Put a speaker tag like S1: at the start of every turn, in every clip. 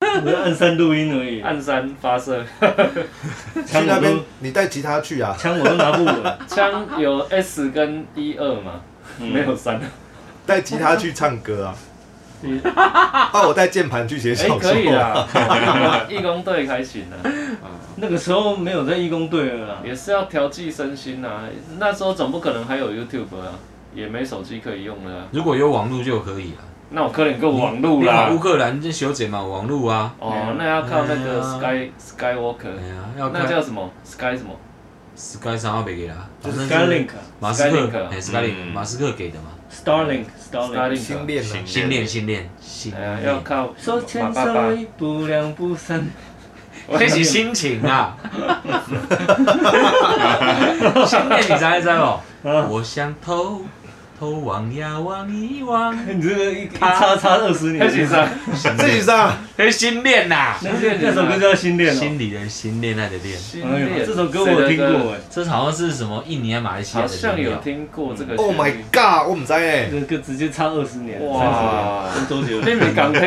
S1: 只是按三录音而已，
S2: 暗山发射，
S1: 枪
S3: 去
S1: 我
S3: 那边
S1: 都
S3: 你带吉他去啊，
S1: 枪我都拿不稳，
S2: 枪有 S 跟一二嘛，
S1: 嗯
S2: 没有三。
S3: 带吉他去唱歌啊，
S2: 你
S3: 啊，我带键盘去写
S2: 哎、
S3: 小
S2: 可以
S3: 说啊，
S2: 啦， 义工队还行啊，
S1: 那个时候没有在义工队啊了啦，
S2: 也是要调剂身心啊。那时候总不可能还有 YouTube 啊，也没手机可以用了、啊。
S4: 如果有网络就可以了。
S2: 那我可能够网
S4: 你
S2: 路
S4: 看
S2: 啦。
S4: 乌克兰这小姐嘛，网络啊，
S2: 哦，那要靠那个
S1: 啊
S4: 哎
S2: Sky Skywalker，
S4: 哎呀，要
S2: 那
S4: 看
S2: 叫什么 Sky 什么？
S4: Sky 三号给啦，
S1: 就
S4: 反正
S1: 是
S4: 就
S1: Starlink、
S4: 马斯克
S2: Skylink，啊，
S4: 哎，Skylink，
S5: 嗯
S4: 马斯克给的嘛，
S1: Starlink、Starlink。
S2: Starlink
S3: 新练啊，
S4: 训练训练训
S2: 哎呀，要
S4: 练，
S2: 靠
S1: 手牵
S2: 爸爸
S1: 手，。一步两步三步。
S4: 这是心情 啊，训练你才会知哦。
S2: 啊
S4: 我想偷偷望呀望一 望，
S1: 你这个一一叉叉二十年
S2: 黑，起哎上，
S3: 自己上，
S4: 嘿，心恋呐，
S1: 那那首歌叫《新恋》哦。
S4: 心里的心，恋爱的恋。
S2: 新
S1: 哎
S2: 恋
S1: 呦，这首歌我有听过哎，
S4: 这好像是什么印尼、马来西亚
S2: 好
S4: 的哦
S2: 像
S4: 民
S2: 有
S4: 谣
S2: 听过这个旋律。
S3: Oh my god，我唔知哎，
S1: 这个直接差二十年，
S2: 哇
S1: 三十年，跟周杰伦。
S2: 你咪港铁，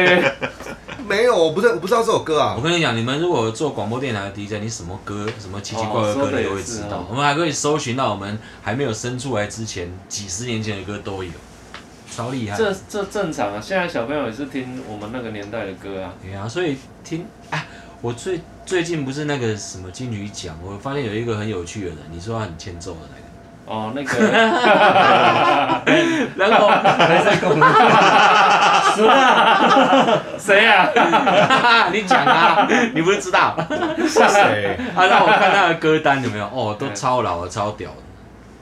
S3: 没有，我不是我不知道这首歌啊
S4: 我，跟你讲，你们如果做广播电台的 DJ，你什么歌、什么奇奇怪怪的
S2: 哦说
S4: 歌，
S2: 得
S4: 你
S2: 也
S4: 都会
S2: 是
S4: 知
S2: 哦
S4: 道。我们还可以搜寻到我们还没有生出来之前几十年前的歌都有，超厉害。
S2: 这这正常啊。现在小朋友也是听我们那个年代的歌啊。
S4: 对啊，所以听啊，我最最近不是那个什么金曲奖，我发现有一个很有趣的人，你说他很欠揍的那
S2: 哦，那个
S4: 个，然后
S1: 还在讲，是啊，
S2: 谁啊？
S4: 你讲啊，你不是知道 啊？
S3: 是谁？
S4: 让我看他的歌单有没有？哦，
S2: 嗯
S4: 都超老的，超屌的，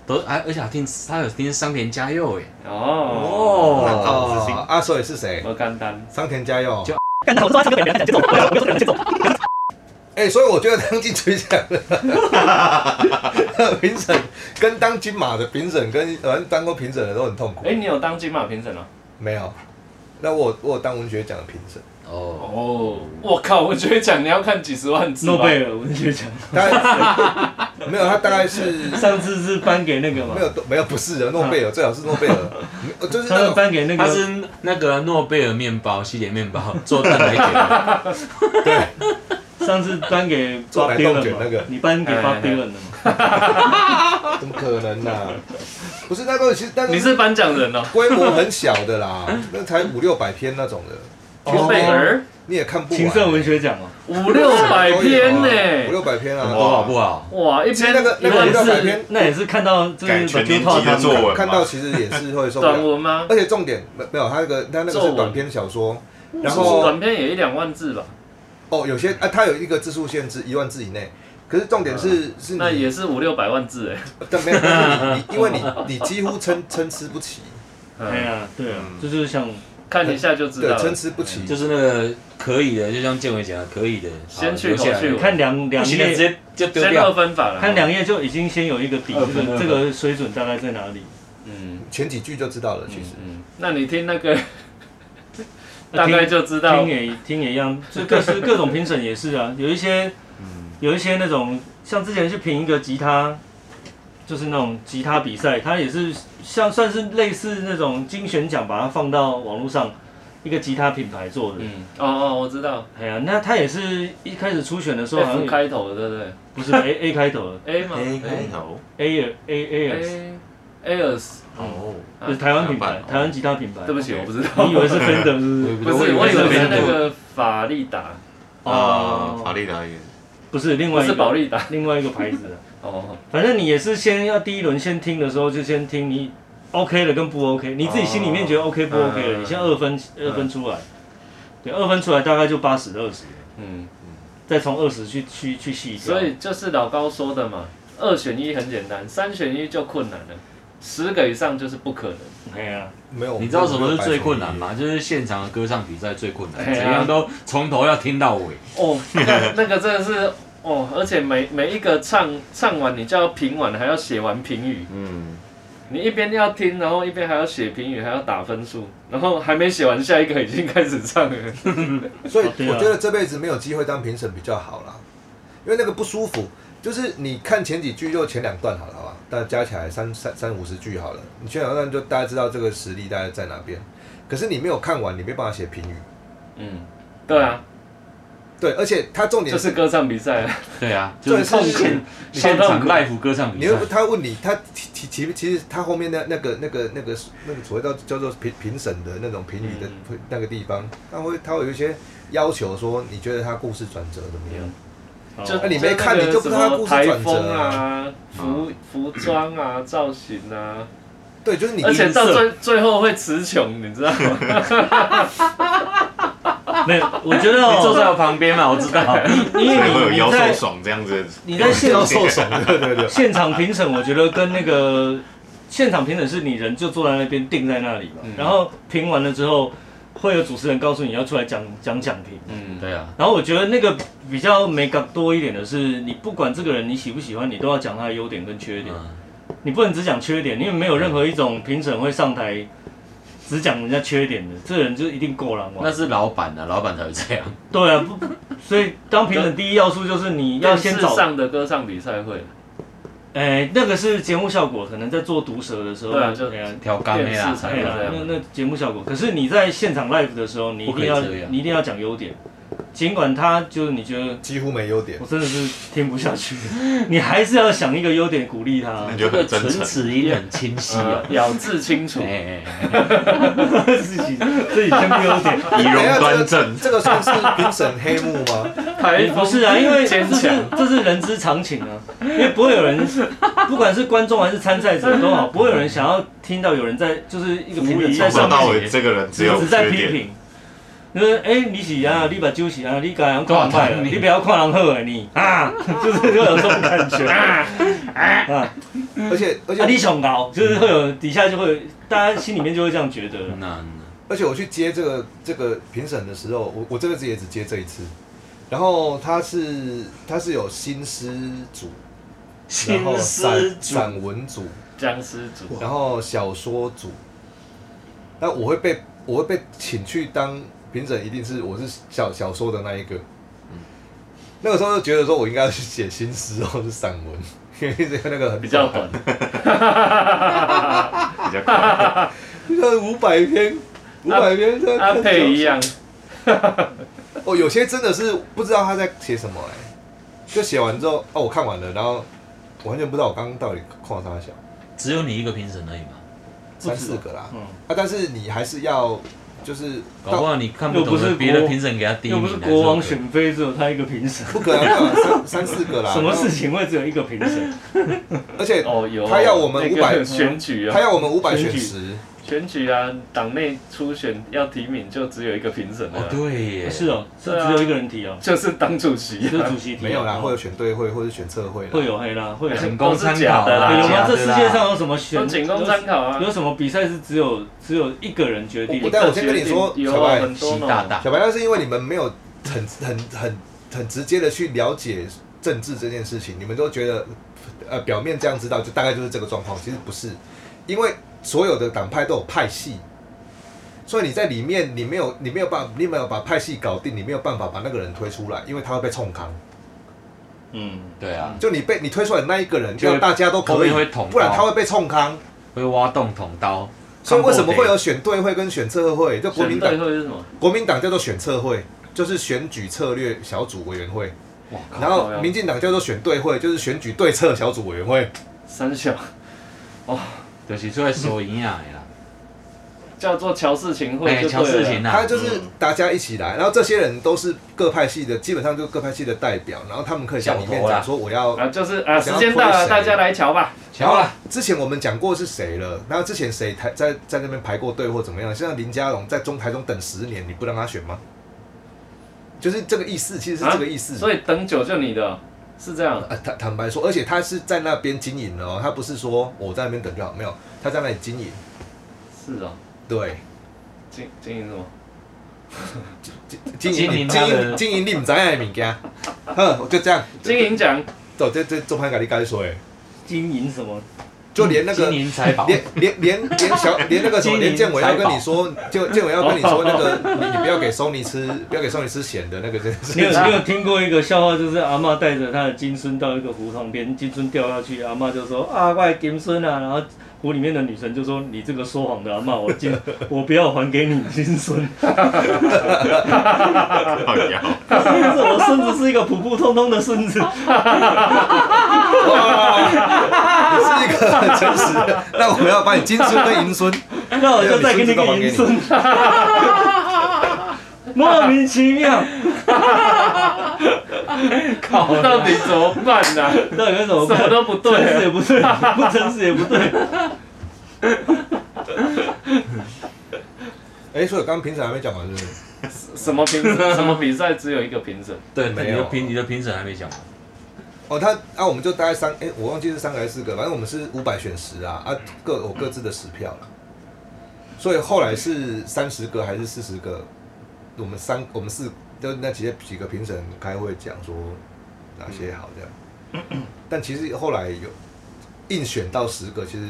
S4: 都啊，而且还听他有听桑田佳佑耶。
S2: 哦，
S4: 哦，
S3: 哦，啊，所以是谁？
S2: 不简单。
S3: 桑田佳佑
S4: 就。
S1: 干他！我说他唱歌给人家讲节奏，我说给人家节奏。
S3: 哎、所以我觉得当金锤奖的 评审跟当金马的评审跟呃当过评审的都很痛苦。
S2: 哎，你有当金马评审啊？
S3: 没有，那我我有当文学奖的评审，
S4: 哦，
S2: 哦，我靠！我觉得讲你要看几十万字吧
S1: 诺贝尔文学奖，
S3: 大概没有，他大概是
S1: 上次是颁给那个嘛
S3: 没，有都没有不是的，诺贝尔最好是诺贝尔，没有就是
S1: 他
S3: 那
S1: 们
S3: 种
S1: 颁给那
S4: 它
S1: 个
S4: 是那个诺贝尔面包西点面 包做蛋来给的，
S1: 上次颁给
S3: 做
S1: Bob
S3: 来
S1: Dylan
S3: 动卷
S1: 嘛
S3: 那个
S1: 你颁给
S2: 哎
S1: Bob
S2: 哎
S1: Dylan 的嘛？
S3: 怎么可能呢、不是那都其实但
S2: 你
S3: 是
S2: 是颁奖人哦，
S3: 规模很小的啦，那才五六百篇那种的，
S2: 诺贝尔
S3: 你也看不
S1: 情色
S3: 完。
S1: 文学奖嘛，
S2: 五六百篇
S3: 哦五
S2: 呢，
S3: 六百篇啊，
S4: 多好不好？
S2: 哇，一
S3: 其实
S2: 篇
S3: 那个
S2: 一
S3: 那
S1: 那
S3: 个
S1: 也
S2: 万
S3: 五六百
S1: 是
S3: 篇
S1: 那也是看到就
S5: 改
S1: 是
S5: 全
S1: Q
S5: 年
S1: 套
S5: 级
S1: 他
S5: 的作
S1: 们
S5: 文
S3: 看
S5: 嘛
S3: 到，其实也是会受不
S2: 短
S3: 了。
S2: 文吗？
S3: 而且重点没没有，他那个他那个
S2: 作
S3: 是
S2: 文嗯
S3: 短篇小说，
S2: 是
S3: 然
S2: 不是
S3: 后
S2: 短篇也一两万字吧，
S3: 哦有些啊，他有一个字数限制，一万字以内。可是重点是是
S2: 那
S3: 你，
S2: 也是五六百万字哎。
S3: 但没有，但是你你 因为你你几乎撑撑吃不起，
S1: 哎
S2: 嗯
S1: 呀，对啊，
S5: 嗯
S1: 就是想
S2: 看一下就知
S3: 对
S2: 道，
S3: 撑
S2: 了。
S3: 吃不起
S4: 就。是那个可以的，就像建伟讲的，可以的，好
S2: 先去
S4: 留下来
S2: 后去
S1: 看两
S4: 不
S1: 两
S4: 行的直
S1: 页，
S4: 接就丢
S2: 先二
S4: 掉。
S2: 分法了。
S1: 看两页就已经先有一个底，
S4: 二
S1: 这
S4: 分
S1: 个
S4: 二分
S1: 这个水准大概在哪里？
S2: 嗯，
S3: 前几句就知道了，其实
S2: 嗯，那你听那个大概就知道
S1: 听也听也一样，就各式各种评审也是啊，有一些有一些那种像之前去评一个吉他，就是那种吉他比赛，它也是像算是类似那种精选奖，把它放到网络上一个吉他品牌做的。
S2: 嗯，哦哦，我知道
S1: 哎呀，那它也是一开始初选的时候好像
S2: ，F
S1: 有
S2: 开头的对不
S1: 不是 A A 开头的
S2: 对？A 吗
S5: 哎开头
S1: A A A
S2: ？A A S，
S5: 哦，
S1: 是台湾品
S5: 啊
S1: 牌，台湾吉他品牌。
S2: 嗯对不起，我不知道，
S1: 你以为是 Fender 是不
S2: 不
S1: 是？
S2: 是，我以为是那
S1: 是 Fender
S2: 个法利达，
S5: 啊，法
S1: 哦，
S5: 利达也
S1: 不是另
S2: 不
S1: 外一
S2: 是保
S1: 个
S2: 利达
S1: 另外一个牌子的。
S2: 哦，
S1: 反正你也是先要第一轮先听的时候，就先听你 OK 了跟不 OK，你自己心里面觉得 OK 不 OK 了，
S2: 嗯
S1: 你先二分二分出来，对，二分出来大概就八十二十，
S2: 嗯，
S1: 再从二十去去去细挑。
S2: 所以就是老高说的嘛，二选一很简单，三选一就困难了，十个以上就是不可能。
S1: 哎呀，
S3: 没有。
S4: 你知道什么是最困难？吗？就是现场的歌唱比赛最困难，
S2: 哎呀
S4: 怎样都从头要听到尾。
S2: 哦，那那个真的是哦，而且每每一个唱唱完，你就要评完，还要写完评语。
S5: 嗯，
S2: 你一边要听，然后一边还要写评语，还要打分数，然后还没写完，下一个已经开始唱了。
S3: 所以
S1: 哦对啊
S3: 我觉得这辈子没有机会当评审比较好啦，因为那个不舒服。就是你看前几句就前两段好了，好吧？大家加起来三三三五十句好了，你前两段就大家知道这个实力大概在哪边。可是你没有看完，你没办法写评语。
S2: 嗯，对啊，
S3: 对，而且他重点
S2: 这是歌唱比赛，
S4: 对啊，就是
S3: 这是
S4: 现
S2: 是
S4: 现
S2: 好
S4: 场
S2: 痛苦
S4: live 歌唱比
S3: 你
S4: 赛
S3: 又不，他问你，他其其其其实他后面那那个那个那个那个所谓叫叫做评评审的那种评语的那个地方，他会他会有一些要求说，你觉得他故事转折怎么样？
S1: 好
S2: 就
S3: 那哎你没看你就不知道它故事
S2: 台
S3: 转
S2: 风
S3: 折哦
S2: 啊、服服装啊、造型啊，
S3: 对，就是你
S2: 而且
S1: 音色
S2: 到最最后会词穷，你知道 吗？
S1: 没有，我觉得
S4: 你坐
S1: 哦，
S4: 在我旁边嘛，我知 道。
S1: 因
S5: 才会有
S1: 为你
S5: 腰
S1: 你
S5: 受
S1: 在
S5: 爽这样子。
S1: 你在现
S3: 要受爽， 对对对，
S1: 现场评审，我觉得跟那个现场评审是你人就坐在那边定在那里
S4: 嗯
S1: 嘛，然后评完了之后，会有主持人告诉你要出来讲讲讲评。
S2: 嗯，
S4: 对啊，
S1: 然后我觉得那个比较美感多一点的是，你不管这个人你喜不喜欢，你都要讲他的优点跟缺点，
S4: 嗯，
S1: 你不能只讲缺点，因为没有任何一种评审会上台只讲人家缺点的，这人就一定够狼
S4: 那
S1: 嘛。
S4: 是老板啊，老板才会这样。
S1: 对啊，不，所以当评审第一要素就是你要先
S2: 电视
S1: 找
S2: 上的歌唱比赛会，
S1: 哎，那个是节目效果，可能在做毒舌的时候，
S2: 对啊就
S1: 哎呀
S4: 调缸的啦，
S2: 电视才
S1: 哎
S2: 会
S1: 呀
S2: 这样
S1: 那那节目效果。可是你在现场 live 的时候，你一
S4: 不可
S1: 定
S4: 以
S1: 要
S4: 这样
S1: 你一定要讲优点，尽管他就是你觉得
S3: 几乎没优点
S1: 我。真的是听不下去， 你还是要想一个优点鼓励 他
S5: 那。
S4: 这
S5: 就
S4: 个
S5: 很真
S4: 唇
S5: 诚。
S4: 齿音很清晰啊
S2: 呃。咬字清楚
S4: 哎，哎，哎
S1: 自己自己先不优 点，
S5: 仪容
S3: 等一下
S5: 端正，
S3: 这个这个算是评审黑幕吗？
S2: 台风
S1: 不是啊，因为这
S2: 坚
S1: 是
S2: 强，
S1: 这是人之常情啊，因为不会有人，不管是观众还是参赛者都 好，不会有人想要听到有人在就是一个评论在
S5: 从
S1: 上
S5: 头到
S1: 面
S5: 尾这个人只
S1: 只
S5: 有
S1: 只在
S5: 缺
S1: 批
S5: 点。
S1: 评，就是哎、你是啊，你把酒是啊，你该人看人坏了，你不要看人好的你 啊，就是会有这种感 觉啊啊，
S3: 而且而
S1: 啊你
S3: 且
S1: 想高，就是会有底下就会有大家心里面就会这样觉得了
S4: 哎那
S3: 而且我去接这个这个评审的时候，我我这辈子也只接这一次。然后他是他是有新诗组，然后
S4: 新丝
S3: 散
S4: 竹
S3: 散文组，
S2: 僵尸组，
S3: 然后小说组，那我会被我会被请去当评审，一定是我是小小说的那一个。那个时候就觉得说我应该要去写新诗或是散文，因为这个那个很
S2: 比较短，
S5: 比较快，
S3: 那五百篇，五百篇这
S2: 搭配啊一样，
S3: 哦，有些真的是不知道他在写什么哎、就写完之后哦，我看完了，然后完全不知道我刚刚到底跨啥小，
S4: 只有你一个评审而已嘛，
S3: 三四个啦，
S1: 嗯，
S3: 啊，但是你还是要就是
S4: 搞不
S3: 到
S4: 好你看不
S1: 又不
S4: 懂
S1: 是
S4: 的，别的
S1: 国
S4: 评审给他第一
S1: 又不
S4: 名
S1: 是
S4: 还是
S1: 国王
S4: OK
S1: 选妃，只有他一个评审。
S3: 不可能啊三三四个啦，
S1: 什么事情会只有一个评审？
S3: 然后？而且
S2: 哦有，
S3: 他要我们
S2: 那个
S3: 500
S2: 选举啊
S3: 他，要我们五百
S1: 选
S3: 选
S1: 举
S3: 十，
S2: 选举啊，党内初选要提名就只有一个评审
S4: 哦，
S2: 了，
S4: 对耶，
S1: 是哦，是
S2: 对啊
S1: 只有一个人提哦，
S2: 就是党主席
S1: 就是
S2: 啊，
S1: 主席提哦。
S3: 没有啦，
S1: 哦
S3: 会有选对会或者选测会啦。
S1: 会有黑啦，会有黑。
S4: 仅供参
S2: 都是假
S4: 考
S2: 的啦
S1: 有吗？
S4: 假
S1: 这
S4: 的
S1: 世
S4: 啦啊
S1: 界上有什么
S2: 都
S1: 选？
S2: 仅供参考啊
S1: 有。有什么比赛是只有只有一个人决定
S3: 我？但我先跟你说
S2: 有啊
S3: 小白
S2: 很多
S4: 习
S2: 呢
S4: 啊大大
S3: 小白，那是因为你们没有很很很很直接的去了解政治这件事情，你们都觉得呃表面这样知道，就大概就是这个状况，其实不是，因为所有的党派都有派系。所以你在里面，你没有，你没有办法，你没有把派系搞定，你没有办法把那个人推出来，因为他会被冲康。
S1: 嗯，
S4: 对啊，
S3: 就你被你推出来的那一个人，
S4: 就会
S3: 要大家都可以
S4: 后面会捅，
S3: 不然
S4: 刀
S3: 他会被冲康。
S4: 会挖洞捅刀，
S3: 所以为什么会有选对会跟选测会？就国
S2: 选
S3: 民党
S2: 对会是什么？
S3: 国民党叫做选策会，就是选举策略小组委员会，
S4: 哇
S3: 然
S2: 靠
S3: 后
S2: 呀
S3: 民进党叫做选对会，就是选举对策小组委员会。
S2: 三小
S4: 就是出来收营养的啦，
S2: 叫做乔事情会
S4: 哎，
S2: 就
S4: 乔事
S2: 对
S4: 情
S2: 了。
S3: 他
S4: 啊，
S3: 就是大家一起来，然后这些人都是各派系的，基本上就是各派系的代表，然后他们可以向里面
S4: 小头啦
S3: 讲说我要。
S2: 啊，就是啊，
S3: 想
S2: 时
S3: 要
S2: 间到
S3: 推
S2: 了，
S3: 谁
S2: 大家来瞧吧。
S4: 乔啦，，
S3: 之前我们讲过是谁了，然后之前谁台在在那边排过队或怎么样，像林佳龙在中台中等十年，你不让他选吗？就是这个意思，其实是这个意思。
S2: 所以等久就你的哦，是这样。
S3: 啊，坦坦白说，而且他是在那边经营的哦，他不是说我在那边等就好，没有，他在那里经营。
S2: 是哦，
S3: 对，
S2: 经经营什么？
S3: 经经
S4: 经
S3: 营
S4: 营
S3: 经
S4: 他的
S3: 营经营你唔知影的物件，呵，我就这样，
S2: 经营奖，
S3: 走，这这中盘咖喱咖喱水，
S1: 经营什么？
S3: 就连那个
S4: 金银财宝，
S3: 连连连连小连那个什么
S4: 金银
S3: 连建伟要跟你说，就建伟要跟你说
S2: 哦
S3: 那个，你你不要给 Sony 吃，不要给 Sony 吃咸的那个真的
S1: 你有
S3: 是。
S1: 你有听过一个笑话，就是阿嬷带着她的金孙到一个湖旁边，金孙掉下去，阿嬷就说啊，我的金孙啊，然后湖里面的女神就说：“你这个说谎的阿妈，我今我不要还给你金孙，
S5: 靠腰，
S1: 我孙子是一个普普通通的孙子。
S3: 你是一个很 诚实的，那我们要把你金孙跟银孙，
S1: 那我就再给你个银孙，莫名其妙，
S2: 靠， 到底怎么办呢、 啊？
S1: 到底该怎么
S2: 什
S1: 办？
S2: 么都不对
S1: 诚实也不对，
S2: 啊
S1: 不诚实也不对。
S3: 哎，所以我刚刚评审还没讲完，是不是？
S2: 什么评审？ 什么比赛只有一个评审？
S4: 对，你
S3: 没有
S4: 的评你的评审还没讲完，
S3: 哦，他啊，我们就大概三，哎，我忘记是三个还是四个，反正我们是五百选十啊，啊，各我各自的十票了。所以后来是三十个还是四十个？我们三我们四就那几几个评审开会讲说哪些好这样。但其实后来有硬选到十个，其实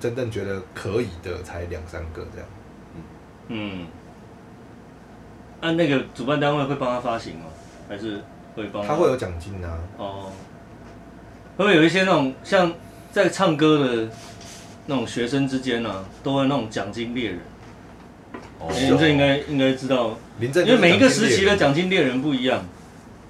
S3: 真正觉得可以的才两三个这样。
S1: 嗯，按、那个主办单位会帮他发行吗？还是会帮
S3: 他会有奖金啊，
S1: 哦，会不会有一些那种像在唱歌的那种学生之间呢、啊，都会那种奖金猎人？
S4: 哦
S1: 你们这应该应该知道，
S3: 林正
S1: 因
S3: 就是
S1: 为每一个时期
S3: 金猎
S1: 的
S3: 人，
S1: 奖金猎人不一样。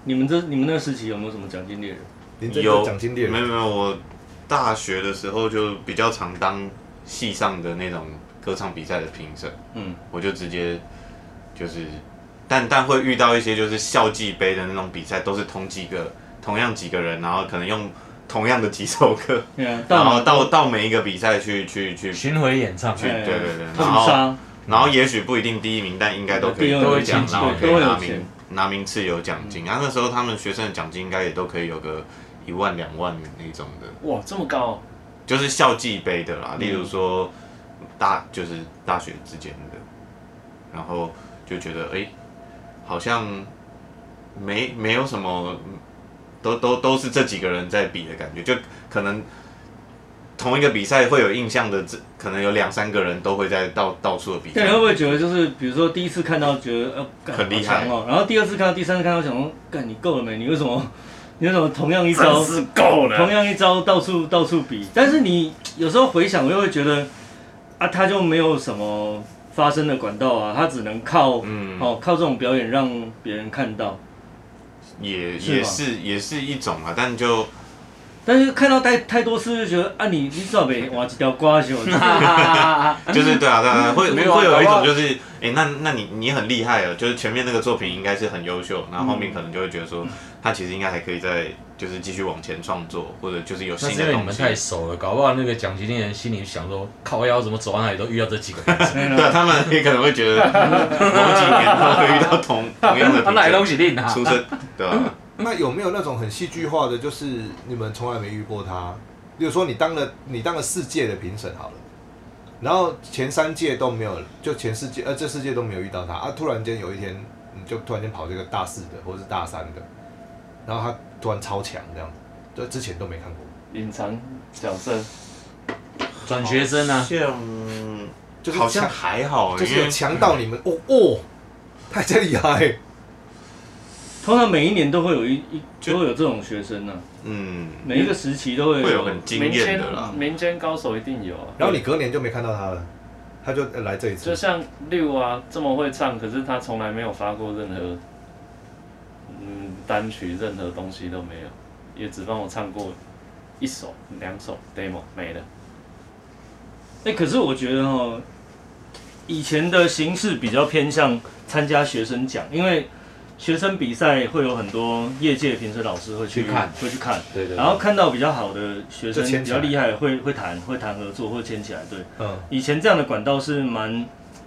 S1: 你们这你们那个时期有没有什么奖金猎人？
S3: 林正就是
S5: 有
S3: 奖金猎
S5: 没有
S3: 人，
S5: 没有，我大学的时候就比较常当系上的那种歌唱比赛的评审，
S1: 嗯，
S5: 我就直接就是，但但会遇到一些就是校际杯的那种比赛，都是同几个同样几个人，然后可能用同样的几首歌，
S1: 对啊，
S5: 然
S1: 大
S5: 后到到每一个比赛去去去去，
S4: 巡回演唱，
S5: 去对对对
S1: 哎痛
S5: 然后
S1: 杀，
S5: 然后也许不一定第一名，但应该都可以
S1: 对都
S4: 会
S5: 奖，
S4: 晋级
S5: 然后可
S1: 对都会
S5: 以
S1: 有
S5: 拿名
S1: 钱嗯
S5: 拿名次有奖金。啊然后那时候他们学生的奖金应该也都可以有个一万两万那种的，
S2: 哇，这么高、哦！
S5: 就是校际杯的
S1: 嗯
S5: 啦，例如说大就是大学之间的，然后就觉得哎、诶好像没没有什么，都都都是这几个人在比的感觉，就可能同一个比赛会有印象的，这可能有两三个人都会在到到处的比
S1: 那
S5: 赛
S1: 你会，不会觉得就是，比如说第一次看到觉得呃，干
S5: 很厉害
S1: 好强哦，然后第二次看到、第三次看到，想说，干你够了没？你为什么， 你为什么同样一招
S2: 真，是够
S1: 同
S2: 了。
S1: 样一招到处到处比？但是你有时候回想，又会觉得啊，他就没有什么发声的管道啊，他只能靠、
S5: 嗯，
S1: 哦靠这种表演让别人看到。
S5: 也
S1: 是
S5: 也
S1: 吧
S5: 是也是一种啊，但就
S1: 但是看到太太多次，就觉得啊，你你至少得挖几条瓜球，
S5: 就是对啊，对啊，会
S4: 没有啊
S5: 会有一
S4: 搞不好
S5: 种就是，哎、那那你你很厉害哦，就是前面那个作品应该是很优秀，然后后面可能就会觉得说，他其实应该还可以再就是继续往前创作，或者就是有
S4: 那
S5: 新
S4: 是因
S5: 的
S4: 为你
S5: 东
S4: 们
S5: 西。
S4: 太熟了，搞不好那个奖金猎人心里想说，靠腰怎么走到哪里都遇到这几个 评审，
S5: 对啊，他们也可能会觉得某几年他会遇到同同样的
S4: 他
S5: 评
S4: 哪里东
S5: 审
S4: 西令啊？
S5: 出身，对吧、
S3: 那有没有那种很戏剧化的，就是你们从来没遇过他？比如说你当了你当了四届的评审好了，然后前三届都没有，就前四届呃这四届都没有遇到他啊，突然间有一天你就突然间跑这个大四的或者是大三的，然后他突然超强这样子，就之前都没看过，
S2: 隐藏角色，
S4: 转学生啊，
S5: 像
S3: 就是
S5: 好
S3: 强
S5: 像还好，
S3: 就
S5: 因
S3: 是
S5: 为
S3: 有强到你们哦哦，太这厉害，
S1: 通常每一年都会有一一
S5: 就
S1: 都会有这种学生呢、啊，
S5: 嗯，
S1: 每一个时期都会
S5: 会有
S1: 有
S5: 很惊
S2: 民
S5: 艳的啦
S2: 间。民间高手一定有啊。
S3: 然后你隔年就没看到他了，他就呃来这一
S2: 就
S3: 次，
S2: 像六啊这么会唱，可是他从来没有发过任何嗯单曲，任何东西都没有，也只帮我唱过一首、两首 demo 没了。
S1: 哎、可是我觉得哦，以前的形式比较偏向参加学生奖，因为学生比赛会有很多业界评审老师会去
S4: 去看
S1: 会去看，
S4: 对对，
S1: 然后看到比较好的学生
S3: 就签
S1: 比
S3: 起来
S1: 较厉害的，会会谈会谈合作，会签起来。对，
S3: 嗯，
S1: 以前这样的管道是蛮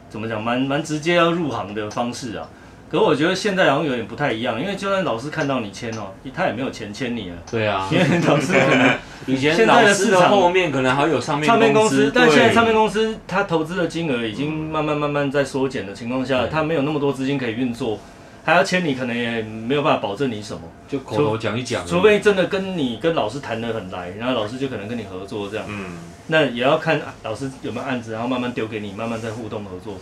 S1: 怎么讲，蛮蛮直接要入行的方式啊。可我觉得现在好像有点不太一样，因为就算老师看到你签哦，他也没有钱签你啊，
S4: 对啊
S1: 因，为老师可能
S4: 以前
S1: 现在
S4: 老
S1: 的
S4: 师
S1: 市场
S4: 的后面可能还有唱片
S1: 唱片公司
S4: 司，，
S1: 但现在
S4: 对
S1: 唱片公司它投资的金额已经慢慢慢慢在缩减的情况下，
S4: 对
S1: 它没有那么多资金可以运作，还要签你，可能也没有办法保证你什么，
S4: 就口头讲一讲，
S1: 除非真的跟你跟老师谈得很来，然后老师就可能跟你合作这样。
S5: 嗯，
S1: 那也要看老师有没有案子，然后慢慢丢给你，慢慢再互动合作。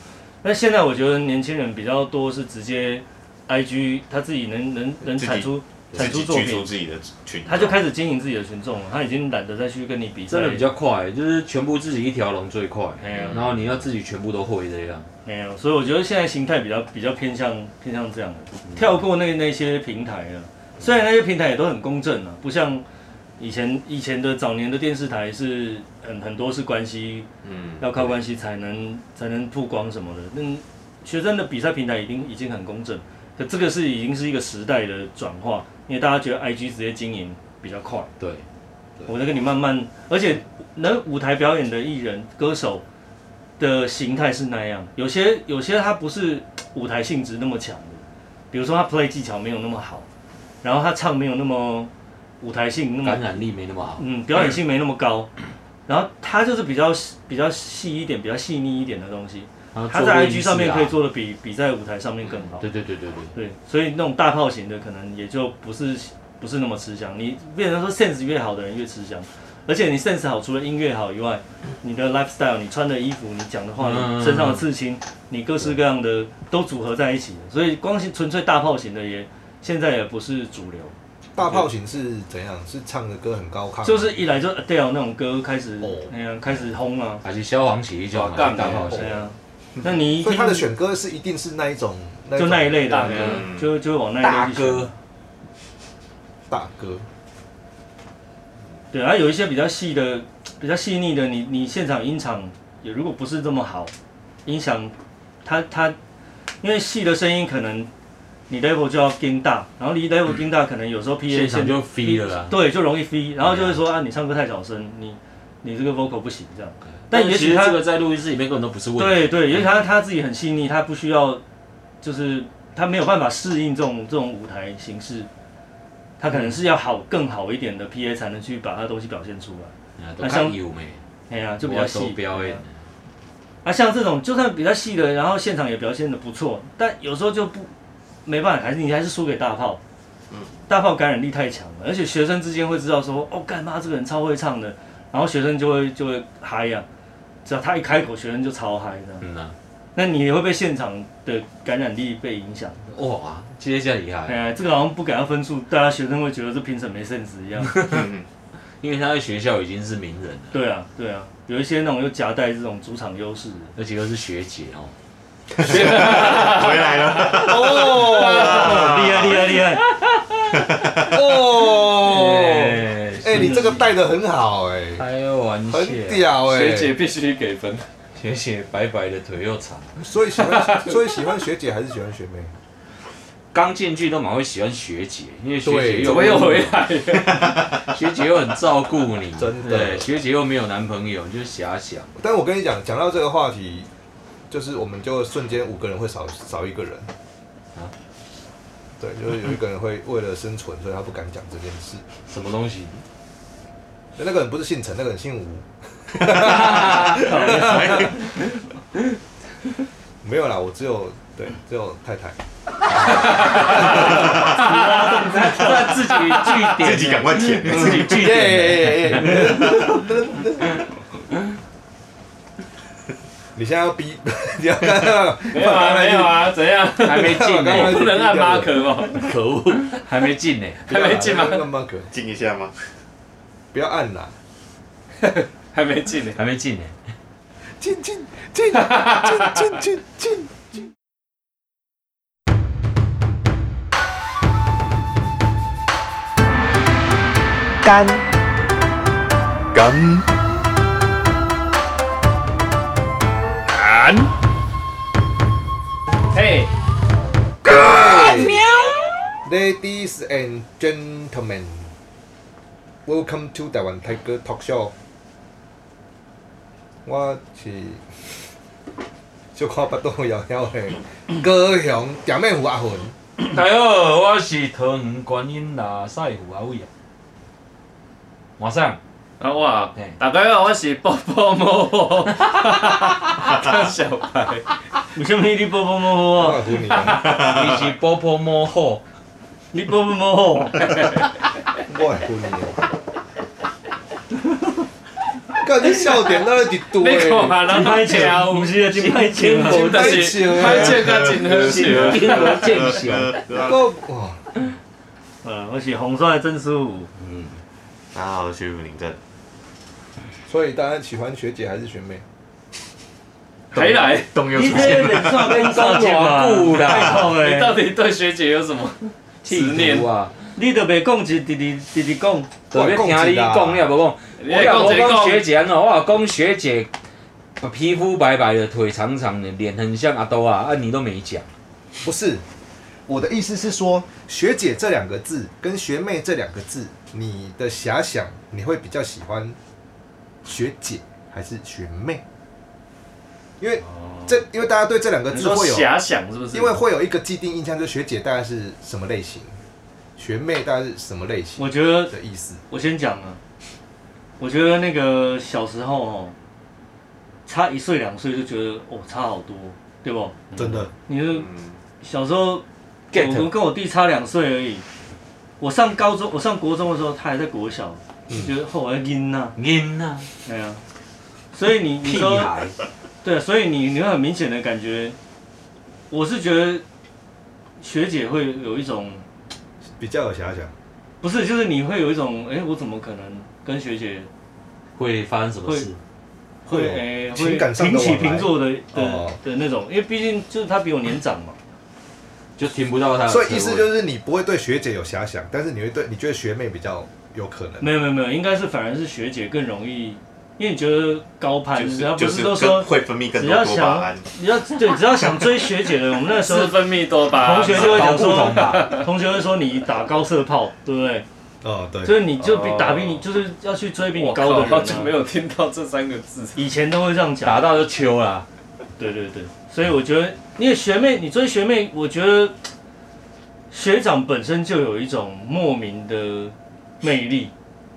S1: 那现在我觉得年轻人比较多是直接 I G 他自己能能能
S5: 自己
S1: 产出
S5: 自
S1: 产出
S5: 己
S1: 作
S5: 居住
S1: 品，
S5: 自己的群众，
S1: 他就开始经营自己的群众了，他已经懒得再去跟你比赛。哎
S4: 真哎的比较嗯快，就是全部自己一条龙最快，
S1: 没有
S4: 然后你要自己全部都会这样。
S1: 没有，哎所以我觉得现在形态比较比较偏向偏向这样的，跳过那那些平台了。虽然那些平台也都很公正啊，不像以前以前的早年的电视台是很很多是关系
S5: 嗯，
S1: 要靠关系才能才能曝光什么的。那学生的比赛平台已经已经很公正，可这个是已经是一个时代的转化，因为大家觉得 IG 直接经营比较快。
S4: 对，
S1: 我在跟你慢慢，而且能舞台表演的艺人、歌手的形态是那样，有些有些他不是舞台性质那么强的，比如说他 play 技巧没有那么好，然后他唱没有那么舞台性那么
S4: 感染力没那么好。
S1: 嗯，表演性没那么高，然后他就是比较比较细一点、比较细腻一点的东西，
S4: 然后
S1: 他
S4: 做
S1: 在
S4: 录音
S1: IG
S4: 室
S1: 上面
S4: 啊
S1: 可以。做的比比在舞台上面更好。
S4: 对对对对对，
S1: 对，所以那种大炮型的可能也就不是不是那么吃香。你变成说 sense 越好的人越吃香，而且你 sense 好，除了音乐好以外，你的 lifestyle、你穿的衣服、你讲的话、
S4: 嗯
S1: 你身上的刺青，你各式各样的都组合在一起的。所以光是纯粹大炮型的也现在也不是主流，
S3: 大炮型是怎样？是唱的歌很高亢吗，
S1: 就是一来就 Adele 那种歌开始
S3: 哦，
S1: 哎呀、开始轰啊，
S4: 还是消防起义就好
S2: 哇
S4: 大
S2: 干
S3: 哎
S4: 炮
S1: 对
S4: 型。
S1: 啊。那你一
S3: 所
S1: 听
S3: 以他的选歌是一定是那一种，
S1: 就那一类的
S2: 大
S1: 歌
S2: 哥，
S5: 嗯
S1: 就就往那
S4: 大
S1: 一类去选
S4: 哥，
S3: 大歌，
S1: 对，然后有一些比较细的、比较细腻的，你你现场音场也如果不是这么好，音响它它因为细的声音可能你 level 就要更大，然后离 level 更大可能有时候 PA
S4: 现场就
S1: 飞
S4: 飞了啦。
S1: 对，就容易飞，然后就会说啊你唱歌太小声，你你这个 vocal 不行这样。但也
S4: 其
S1: 许
S4: 实
S1: 他
S4: 这个在录音室里面根本都不是问题。
S1: 对对，因为他他自己很细腻，他不需要，就是他没有办法适应这种这种舞台形式，他
S4: 嗯
S1: 可能是要好更好一点的 PA 才能去把他的东西表现出来。
S4: 啊，
S1: 那
S4: 都
S1: 像
S4: 看有没，
S1: 哎呀、就比较细
S4: 我要收欸标诶。
S1: 啊，像这种就算比较细的，然后现场也表现的不错，但有时候就不没办法，还是你还是输给大炮。
S4: 嗯
S1: 大炮感染力太强了，而且学生之间会知道说，哦，干妈这个人超会唱的，然后学生就会就会嗨呀、只要他一开口，学生就超嗨的。
S4: 嗯呐，
S1: 那你也会被现场的感染力被影响。
S4: 哇，接下厉害，
S1: 哎，这个好像不给他分数，大家学生会觉得这评审没 sense 一样。
S5: 嗯
S4: 因为他在学校已经是名人了，
S1: 对啊，对啊，有一些那种又夹带这种主场优势的。
S4: 而且又是学姐哦。
S5: 回来了，
S1: 哦，厉害厉害厉害！
S3: 哦，
S4: 哎
S3: 哎，你这个带的很好哎，
S4: 开玩笑，
S3: 很屌哎，
S2: 学姐必须给分，
S4: 学姐白白的腿又长，
S3: 所以喜欢，所以喜欢学姐还是喜欢学妹？
S4: 刚进去都蛮会喜欢学姐，因为学姐
S3: 对
S4: 又
S2: 怎么又回来？
S4: 学姐又很照顾你，
S3: 真的
S4: 对，学姐又没有男朋友，你就遐想。
S3: 但我跟你讲，讲到这个话题，就是我们就瞬间五个人会少少一个人。
S4: 啊
S3: 对，就是有一个人会为了生存，所以他不敢讲这件事。
S4: 什么东西？
S3: 那个人不是姓陈，那个人姓吴。没有啦，我只有对，只有太太。
S4: 他自己据点，
S5: 自己赶快填，
S4: 自己据点。
S3: 耶！你现在要逼，你要看到
S2: 没有啊，没有啊，怎样？
S4: 还没进呢、
S3: 刚
S2: 不能按马可吗？
S4: 可恶，还没进呢、
S2: 还没进吗？
S3: 那么可
S5: 静一下吗？
S3: 不要按啦，
S2: 还没进呢。
S4: 还没进呢、
S3: 进进进进进进进。
S6: 干
S5: 干
S2: 嘿，
S3: Ladies and gentlemen, welcome to 台湾 Tiger Talk Show。我是小看巴肚摇摇的高雄店面有阿混，
S4: 大家好，我是桃园观音拉赛虎阿伟啊。晚上，
S2: 啊哇
S4: 嘿，
S2: 大家好，我是波波摸摸，当小白，
S1: 为什么你波波摸摸
S3: 我
S1: 啊？
S3: 阿混你啊，
S4: 你是波波摸后，
S1: 你波波摸摸？
S3: 我阿混你啊。干你笑点那是一
S2: 你
S3: 堆，
S2: 看啊，咱
S1: 真歹
S2: 拍
S1: 笑，
S2: 照
S1: 不，是啊，真歹笑啊！
S2: 真的 是拍照甲真好笑。
S4: 啊金额见小，
S3: 我哇，
S1: 嗯，我写红帅真舒服。
S5: 嗯，大家好，我是徐福林正。
S3: 所以大家喜欢学姐还是学妹？
S2: 还来？
S5: 动又
S1: 你啊
S5: 出
S1: 这
S5: 现
S1: 有点上跟上节
S4: 我顾啦
S1: 拜托欸
S2: 你到
S1: 诶，
S2: 底对学姐有什么执念
S4: 气毒？啊！
S1: 你都别讲，就直直直直讲。
S4: 特别听你讲，你也无讲，
S2: 你
S4: 我
S2: 也
S4: 也
S2: 讲
S4: 无
S2: 一
S4: 讲学
S2: 讲，
S4: 姐安怎，我也讲学姐皮肤白白的，腿长长的，脸很像阿兜啊，啊你都没讲。
S3: 不是，我的意思是说，学姐这两个字跟学妹这两个字，你的遐想你会比较喜欢学姐还是学妹？因为
S1: 哦
S3: 这，因为大家对这两个
S2: 你
S3: 字
S2: 说
S3: 会有，
S2: 遐想是不是？
S3: 因为会有一个既定印象，就是学姐大概是什么类型，学妹大概是什么类型
S1: 我觉得
S3: 的意思。
S1: 我先讲啊，我觉得那个小时候哦，差一岁两岁就觉得哦差好多，对不？
S3: 真的，
S1: 你是
S5: 嗯
S1: 小时候，
S4: Get
S1: 我跟我弟差两岁而已。我上高中，我上国中的时候，他还在国小，
S4: 嗯
S1: 觉得后来阴呐，
S4: 囡啊，
S1: 哎呀、所以你你
S4: 屁
S1: 说
S4: 孩，
S1: 对，啊所以你你会很明显的感觉，我是觉得学姐会有一种，
S3: 比较有遐想。
S1: 不是就是你会有一种，哎、我怎么可能跟学姐
S4: 会发生什么事？
S1: 会
S3: 哦
S1: 诶、会
S3: 情感上的
S1: 平起
S3: 往来
S1: 平坐的的、
S3: 哦
S1: 的那种，因为毕竟就是他比我年长嘛，
S4: 就听不到他的车
S3: 呃所以
S4: 位。
S3: 意思就是你不会对学姐有遐想，但是你会对你觉得学妹比较有可能。
S1: 没有没有没有，应该是反而是学姐更容易，因为你觉得高攀，
S5: 就是
S1: 只要不
S5: 就是
S1: 是都
S5: 更
S1: 说
S5: 会分泌更
S1: 只
S5: 多
S1: 要
S5: 多巴胺
S1: 想，只要对只要想追学姐的，我们那 时候
S2: 是分泌多巴
S1: 同
S2: 胺
S1: 学就会讲
S4: 保护同
S1: 说，
S4: 吧
S1: 同学会说你打高射炮，对不对？
S3: 哦，对，
S1: 所以你就比
S2: 哦
S1: 打比你就是要去追比你
S2: 我
S1: 高的
S2: 哦靠，
S1: 人、
S2: 好久没
S1: 啊。
S2: 有听到这三个字。
S1: 以前都会这样
S4: 打
S1: 讲，
S4: 到就秋啦，
S1: 对对对，所以我觉得，因为学妹，你追学妹，我觉得学长本身就有一种莫名的魅力，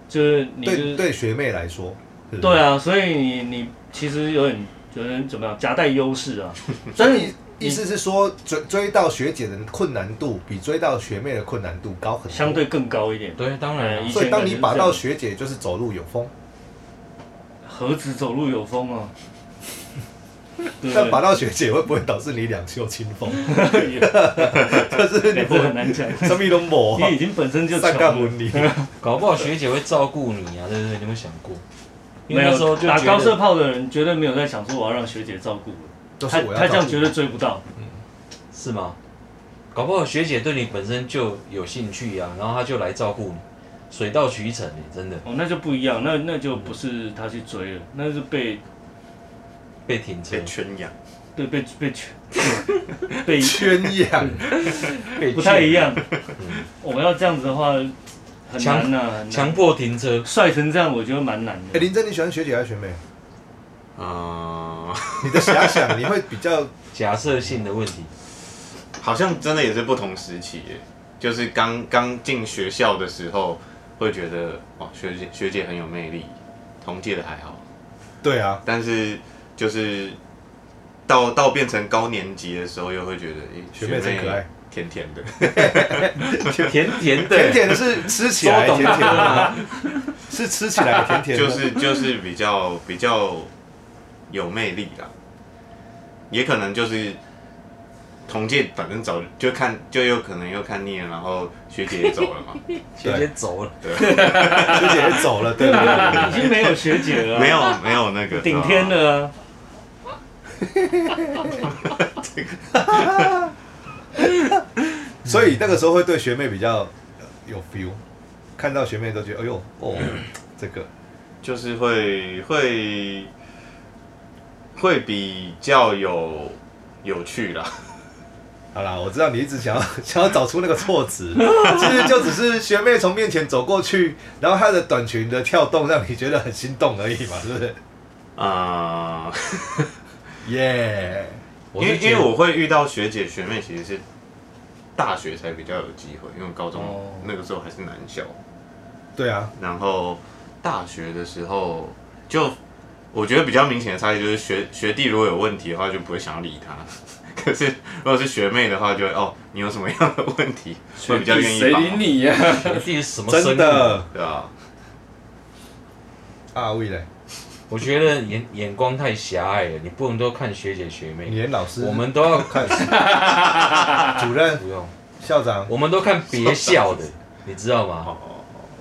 S1: 就是你、就是、
S3: 对对学妹来说，是
S1: 对啊，所以你你其实有点有点怎么样，夹带优势 啊。
S3: 所以意思是说追追到学姐的困难度比追到学妹的困难度高很多，
S1: 相对更高一点，
S4: 对，当
S1: 然啊
S4: 然
S1: 以前
S3: 所以当你把到
S1: 感觉
S3: 学姐，就是走路有风；
S1: 何止走路有风 啊？对
S3: 但把
S1: 不
S3: 到学姐会不会导致你两袖清风？
S1: 对？也
S3: 就是你
S1: 也
S3: 不
S1: 这很难讲，
S3: 什么都抹
S1: 你已经本身就
S3: 上
S1: 穷
S3: 干
S1: 了
S3: 文理。
S4: 搞不好学姐会照顾你啊，对不对？你有没有想过？因
S1: 没
S4: 为那时候
S1: 有
S4: 就
S1: 打
S4: 觉
S1: 高
S4: 得
S1: 射炮的人绝对没有在想说我要让学姐照顾我，
S3: 都
S1: 他
S3: 是我要
S1: 他这
S3: 照
S1: 样
S3: 顾
S1: 绝对追不到。
S4: 是吗？搞不好学姐对你本身就有兴趣啊，然后她就来照顾你，水到渠成欸真的
S1: 哦，那就不一样，那那就不是他去追了，那是被
S4: 被停车
S5: 被，圈养。
S1: 对被被圈被
S3: 圈养，
S4: 被
S1: 不
S3: 啊
S1: 太一样
S4: 嗯。
S1: 我们要这样子的话，很难呐、很难
S4: 强迫停车，
S1: 帅成这样，我觉得蛮难
S3: 哎，
S1: 的。
S3: 林真，你喜欢学姐还是学妹？
S5: 嗯，
S3: 你的遐想，你会比较
S4: 假设性的问题，
S5: 好像真的也是不同时期耶，就是刚刚进学校的时候，会觉得哇，学姐学姐很有魅力，同届的还好，
S3: 对啊，
S5: 但是就是到到变成高年级的时候，又会觉得诶、
S3: 学妹真可爱，
S5: 甜甜的，
S4: 甜甜的，
S3: 甜甜的是吃起来
S4: 周董
S3: 甜甜的
S4: 啊，
S3: 是吃起来甜 甜的，
S5: 就是就是比较比较有魅力啦，也可能就是。同届反正早就看，就有可能又看腻了，然后学姐也走了嘛，
S4: 学姐走了，
S3: 学姐也走了，对对对对
S1: 已经没有学姐了啊、
S5: 没有没有那个
S1: 顶天
S5: 的。
S1: 了啊、
S5: 嗯
S3: 所以那个时候会对学妹比较呃有 feel，看到学妹都觉得哎呦哦，
S5: 嗯
S3: 这个
S5: 就是会会会比较有有趣啦。
S3: 好啦，我知道你一直想要 想要找出那个措辞， 其实就只是学妹从面前走过去，然后她的短裙的跳动让你觉得很心动而已嘛，是不是？
S5: 啊、
S3: 耶、
S5: 因为
S4: 是
S5: 因
S4: 觉
S5: 为
S4: 得
S5: 我会遇到学姐学妹，其实是大学才比较有机会，因为我高中、
S1: 哦
S5: 那个时候还是男校，
S3: 对啊，
S5: 然后大学的时候就我觉得比较明显的差异就是学学弟如果有问题的话，就不会想要理他。 可是如果是学妹的话，就会哦，你有什么样的问题， 会比较愿意
S2: 谁
S5: 帮
S2: 理
S5: 忙，
S2: 你啊呀、
S4: 学弟是什么
S3: 真
S4: 生物？
S3: 的
S5: 对啊，
S3: 啊，未来
S4: 我觉得眼眼光太狭隘了，你不能都看学姐学
S3: 你
S4: 妹，
S3: 连老师、
S4: 我们都要
S3: 主任、
S4: 不用，
S3: 校长，
S4: 我们都看别校的，你知道吗？
S5: 哦，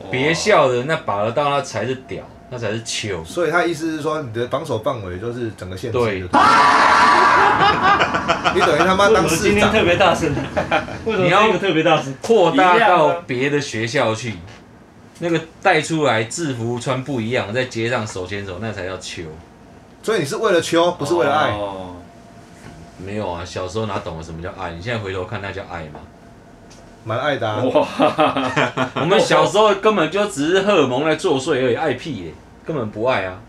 S4: 别笑了，那把得到那才是屌，那才是球。
S3: 所以他意思是说，你的防守范围就是整个县市，
S4: 对
S3: 你 等于他妈
S1: 为什
S3: 当
S1: 么今
S3: 市
S1: 天
S3: 长，
S1: 特别大声？为什么
S4: 你要
S1: 这个特别大声？
S4: 扩大
S2: 一样
S4: 到
S2: 啊
S4: 别的学校去，那个带出来制服穿不一样，在街上手牵手，那才叫球。
S3: 所以你是为了球，不是为了爱。
S2: 哦
S4: 没有啊，小时候哪懂得什么叫爱？你现在回头看，那叫爱吗？
S3: 蛮爱的啊。
S2: 哇，
S4: 我们小时候根本就只是荷尔蒙在作祟而已，爱屁耶、根本不爱啊。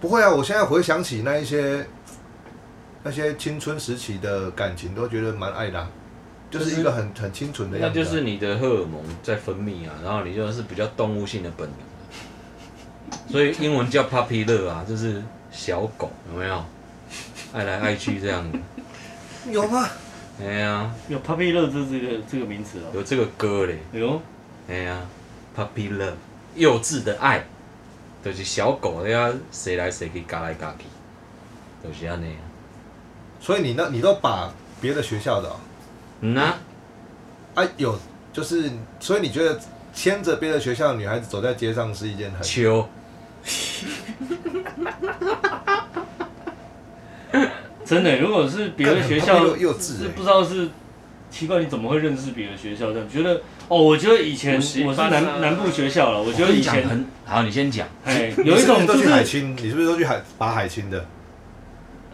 S3: 不会啊，我现在回想起那一些那些青春时期的感情，都觉得蛮爱的啊、就是一个很很清纯的
S4: 那
S3: 样子、啊。
S4: 就是你的荷尔蒙在分泌啊，然后你就是比较动物性的本能，所以英文叫 puppy love 啊，就是小狗，有没有？爱来爱去这样的。
S3: 有吗？
S4: 哎呀，
S1: 有 puppy love 这这个这个名词哦。
S4: 有这个歌嘞，
S1: 哎呦，
S4: 哎呀，puppy love，幼稚的爱，就是小狗的呀，谁来谁去，嘎来嘎去，就是啊这样的。
S3: 所以你那你都把别的学校的哦、
S4: 嗯呐、
S3: 啊有，就是所以你觉得牵着别的学校的女孩子走在街上是一件很
S4: 秋，
S1: 真的，如果是别的学校
S3: 干很，幼幼稚
S1: 是
S3: 欸
S1: 不知道是奇怪，你怎么会认识别的学校？这样觉得哦，我觉得以前
S2: 补
S1: 我
S2: 习
S1: 是
S2: 班啊
S1: 南南部学
S3: 哦
S1: 校了，我觉嗯得以前
S4: 很好，你先讲。
S1: 哎
S3: 你
S1: 有一
S3: 是不
S1: 种
S3: 是
S1: 就
S3: 都去
S1: 是
S3: 海清，你是不是都去海拔海清的？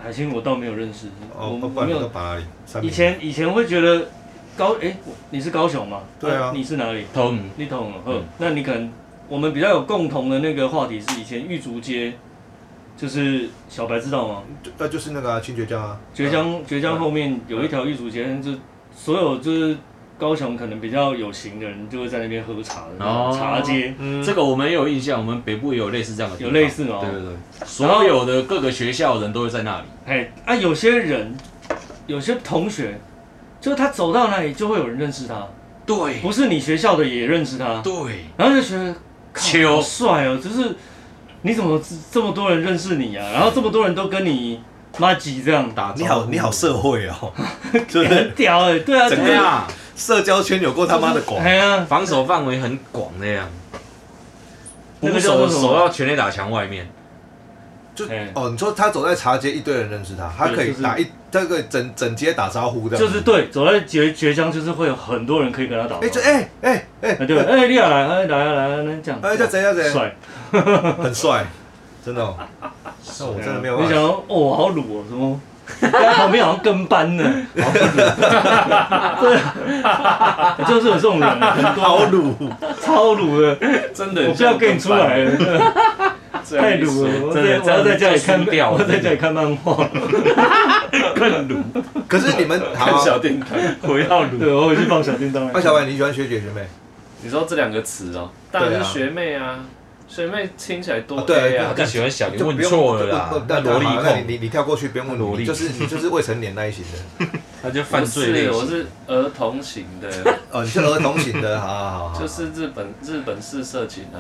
S1: 海清，我倒没有认识，
S3: 哦，
S1: 我
S3: 不
S1: 我没
S3: 然你都
S1: 有。
S3: 拔哪里？三明
S1: 以前以前会觉得高哎，我你是高雄吗？
S3: 对啊
S1: 你是哪里？
S4: 头嗯，
S1: 你懂了，嗯，那你可能我们比较有共同的那个话题是以前玉竹街，就是小白知道吗？
S3: 就呃就是那个啊清绝江啊，
S1: 绝
S4: 嗯
S1: 江绝江后面有一条玉竹街，就所有就是高雄可能比较有型的人就会在那边喝茶的那
S4: 哦
S1: 种茶街，
S3: 嗯，
S4: 这个我们也有印象，我们北部也有类似这样的地
S1: 有
S4: 方。
S1: 类似哦
S4: 对对对，所有的各个学校的人都会在那里。
S1: 哎啊，有些人有些同学，就是他走到那里就会有人认识他，
S4: 对
S1: 不是你学校的也认识他，
S4: 对，
S1: 然后就觉得靠
S4: 秋
S1: 好帅哦，就是你怎么这么多人认识你啊？然后这么多人都跟你妈吉这样，
S4: 打招呼
S3: 你好你好社会 哦，对
S1: 欸
S3: 不对
S1: 很？屌哎，对啊，
S3: 整
S1: 就
S3: 个
S4: 对
S1: 是
S4: 啊，
S3: 社交圈有够他妈的广，
S1: 哎呀，
S4: 防守范围很广的呀。
S1: 那
S4: 捕
S1: 个叫做
S4: 手
S1: 什么
S4: 手要全力打墙外面，
S3: 就
S1: 哎
S3: 哦，你说他走在茶街，一堆人认识他，他可以
S1: 就是
S3: 打一，他可以整整街打招呼的，
S1: 就是对，走在绝绝江，就是会有很多人可以跟他打招呼。
S3: 哎就哎哎哎，
S1: 哎，对，哎、你也来，哎，来啊，来啊，那这样，
S3: 哎叫谁叫谁
S1: 帅，
S3: 很帅，真的，哦。那我真的没有
S1: 啊你
S3: 办
S1: 想
S3: 法，
S1: 说，哦，好鲁哦，什么？他旁边好像跟班呢，对，就是有这种人，很多
S3: 好鲁，
S1: 超鲁的，
S2: 真的，
S1: 哎我不要跟你出来，了，
S2: 这样
S1: 太
S2: 一
S1: 鲁
S2: 说
S1: 了，我
S4: 真的
S1: 在我要在家里看
S4: 就输掉了
S1: 我要在家里看漫画，更鲁，
S3: 可 是你们好
S2: 看小
S3: 啊，
S2: 电台。
S4: 不要撸。
S1: 对，我回去放小叮当来
S3: 那
S1: 看。
S3: 小白你喜欢学姐学妹？
S2: 你说这两个词哦，当然是学妹啊，学妹听起来多
S3: 啊对
S2: A
S4: 他
S2: 啊，
S4: 更喜欢小，你
S3: 就
S4: 问
S3: 不用
S4: 错了啦
S3: 就不，那
S4: 那萝莉
S3: 好那你
S4: 控，
S3: 你你跳过去不用问
S4: 萝
S3: 我，
S4: 莉
S3: 你就是你就是未成年那一型的，
S4: 他就
S2: 不
S4: 犯罪类
S2: 是，
S4: 型
S2: 我是儿童型的，
S3: 哦，你是儿童型的，好 好好好，
S2: 就是日本日本式色情啊。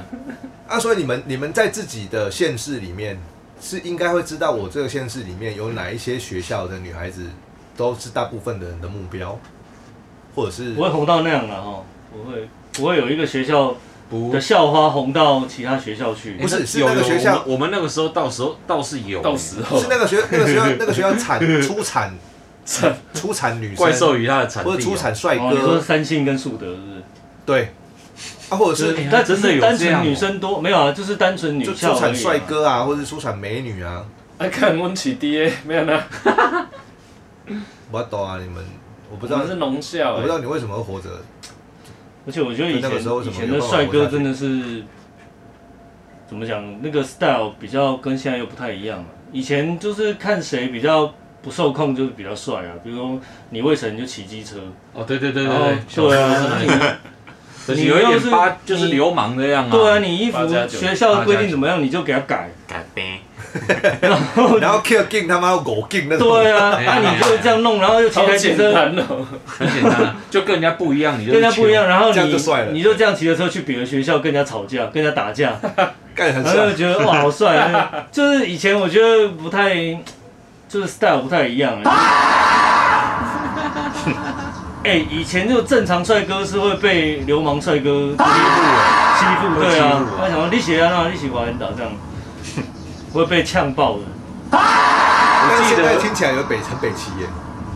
S3: 啊，所以你们你们在自己的县市里面是应该会知道，我这个县市里面有哪一些学校的女孩子都是大部分的人的目标，或者是
S1: 不会红到那样了哈，不会，不会有一个学校
S4: 不
S1: 的校花红到其他学校去
S3: 不。是
S4: 欸
S3: 是那个
S4: 有
S3: 学校
S4: 我们我们那个时候到时候倒是有，
S2: 到时候
S3: 是那个学那个学校那个学校产出产
S2: 这
S3: 出产女生
S4: 怪兽与它的产地
S3: 或
S4: 啊
S3: 者出产帅
S1: 哦，你说
S3: 哥，
S1: 三性跟树德是不是？
S3: 对，啊，或者是
S4: 呀
S1: 但
S4: 真的有
S1: 单
S4: 这样
S1: 纯
S4: 哦
S1: 女生多没有啊，就是单纯女
S3: 就
S1: 校
S3: 出
S1: 而已啊
S3: 产帅。哥啊，或者是出产美女啊，
S2: 爱看温起 DA 没有呢？
S3: 我懂啊，你们我不
S2: 我
S3: 知道
S2: 们是农校
S3: 我不知
S2: 欸，
S3: 道你为什么会活着，
S1: 而且我觉得以
S3: 那个时候为
S1: 前
S3: 什
S1: 以前
S3: 么
S1: 的
S3: 有办法
S1: 帅
S3: 活
S1: 哥
S3: 下去
S1: 真的是怎么讲，那个 style 比较跟现在又不太一样了。以前就是看谁比较不受控，就是比较帅啊。比如说你未成年就骑机车，
S4: 哦，对对对
S1: 然
S4: 对
S1: 后
S4: 对，小
S1: 对
S4: 时候真的
S1: 啊，
S4: 就是
S1: 你
S4: 有一
S1: 要
S4: 点
S1: 是
S4: 八就是
S1: 你
S4: 流氓那样
S1: 你
S3: 嗯
S4: 啊，
S1: 对啊，你衣服
S2: 八加九
S1: 学校的规定怎么样，你就给他改。
S5: 改变
S3: 然后 kill king 他妈狗 king 那种，
S1: 对啊，
S4: 哎
S1: 那、你就这样弄，然后又骑
S2: 好
S1: 台机
S2: 欸简
S1: 车，
S2: 单哦。
S4: 很简单啊，就跟人家不一样，你就
S1: 跟人家不一样，然后你
S3: 这样就帅了
S1: 你就这样骑着车去别的学校跟人家吵架，跟人家打架，
S3: 干很
S1: 然后
S3: 帅
S1: 就。觉得哇好帅 啊，就是以前我觉得不欸 太，就是 style 不太一样啊。哎、以前就正常帅哥是会被流氓帅哥欺负，对啊
S4: 会欺负啊，
S1: 他想说你喜欢啊，你喜欢打这样，会被呛爆的。
S3: 但
S1: 记
S3: 现
S1: 得
S3: 在听起来有北很北齐耶，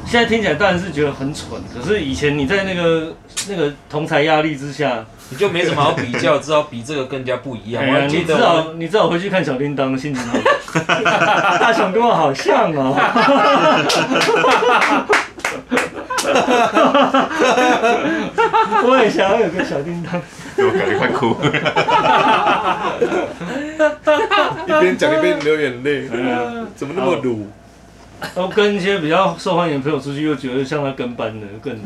S1: 现在听起来当然是觉得很蠢，可是以前你在那个那个同才压力之下，
S4: 你就没什么好比较，知道比这个更加不一样。
S1: 哎
S4: 我
S1: 呀，
S4: 还
S1: 你
S4: 记
S1: 至
S4: 得
S1: 少
S4: 我，
S1: 你至少回去看小叮当，心情 好。大雄跟我好像哦， 我也想要有个小叮当。
S5: 我感觉快哭了。
S3: 一边讲一边流 眼泪，怎么那么鲁？
S1: 然后呃跟一些比较受欢迎的朋友出去，又觉得像他跟班的， 更。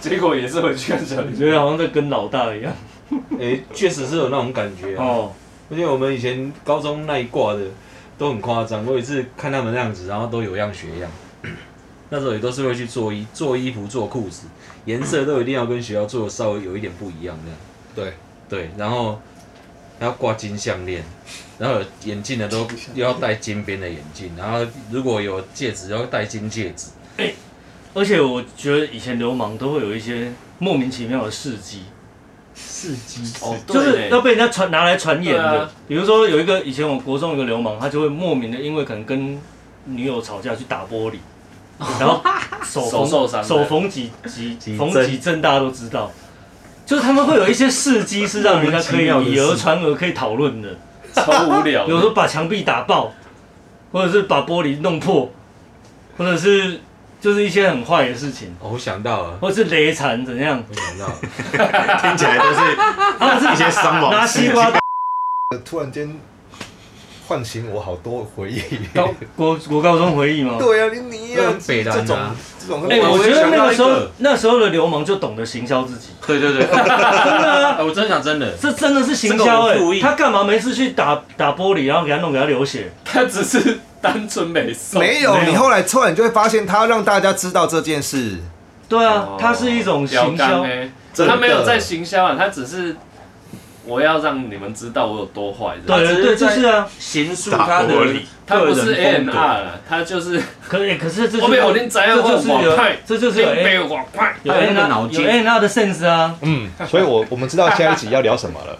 S2: 结果也是回去看小林
S1: 觉得好像在跟老大一样。
S4: 哎，确实是有那种感觉啊。
S1: 哦，
S4: 而且我们以前高中那一挂的都很夸张，我有一次看他们那样子，然后都有样学样。 那时候也都是会去做衣、做衣服、做裤子，颜色都一定要跟学校做的稍微有一点不一样这样。
S3: 对，
S4: 对，然后还要挂金项链，然后有眼镜的都又要戴金边的眼镜，然后如果有戒指要戴金戒指。
S1: 而且我觉得以前流氓都会有一些莫名其妙的事迹，
S4: 刺激
S2: 哦，对
S1: 就是要
S2: 呢
S1: 被人家传拿来传言
S2: 对
S1: 的
S2: 啊。
S1: 比如说有一个以前我国中有个流氓，他就会莫名的因为可能跟女友吵架去打玻璃，然后手
S2: 手
S1: 缝
S2: 受伤了
S1: 手缝几几
S4: 几
S1: 缝
S4: 针
S1: 几针，大家都知道。就是他们会有一些事迹是让人家可以
S4: 莫名其妙的
S1: 以讹
S4: 事
S1: 传讹，可以讨论的。
S2: 超无聊的。
S1: 有时候把墙壁打爆，或者是把玻璃弄破，或者是就是一些很坏的事情，
S4: 哦，我想到 了，
S1: 或者是雷残怎样，
S4: 我想到了，
S5: 听起来都是
S1: 他们
S5: 一
S1: 是
S5: 些伤亡
S1: 拿
S5: 事
S1: 西
S5: 件
S1: 瓜
S3: 哦突然间唤醒我好多回 忆。
S1: 高国国高中回忆吗？
S3: 对呀，你你
S4: 那
S3: 呀
S4: 很，北
S3: 这
S4: 南
S3: 种
S4: 啊
S3: 这种
S1: 哎、我
S4: 我
S1: 觉
S4: 也
S1: 得
S4: 想
S1: 那
S4: 到
S1: 个
S4: 一
S1: 时候
S4: 个
S1: 那时候的流氓就懂得行销自 己，
S4: 对对 对，哎我真的讲真的，
S1: 这真的是行销哎、
S4: 这个我同意
S1: 他干嘛没事去打打玻璃，然后给他弄给他流血？
S2: 他只是单纯美送，
S3: 没有，
S1: 没有
S3: 你后来突然就会发现，他要让大家知道这件事。
S1: 对啊
S2: 哦，
S1: 它是一种行
S2: 屌
S1: 销
S2: 干，欸
S3: 真的
S2: 他没有在行销啊，他只是我要让你们知道我有多坏的。
S1: 对
S4: 他只
S1: 对
S4: 是
S1: 对，就
S4: 在
S1: 是啊。
S4: 娴熟
S5: 打
S4: 他的
S5: 玻璃
S2: 他不
S4: 个
S2: 是 A
S4: 人
S2: N
S4: 风
S2: R
S4: 格，
S2: 啦，他就是
S1: 可欸以，可是这
S2: 我
S1: 是
S2: 没
S1: 有
S2: 有，你怎样
S1: 这就是
S2: 我
S1: 有
S2: 派，，
S1: 这就是有
S2: 你
S1: A
S2: 被我派。
S1: 有
S4: 他有
S1: N
S4: 那个脑
S1: R 有
S4: 筋
S1: N R 的 sense 啊。
S3: 嗯，所以我我们知道下一集要聊什么了。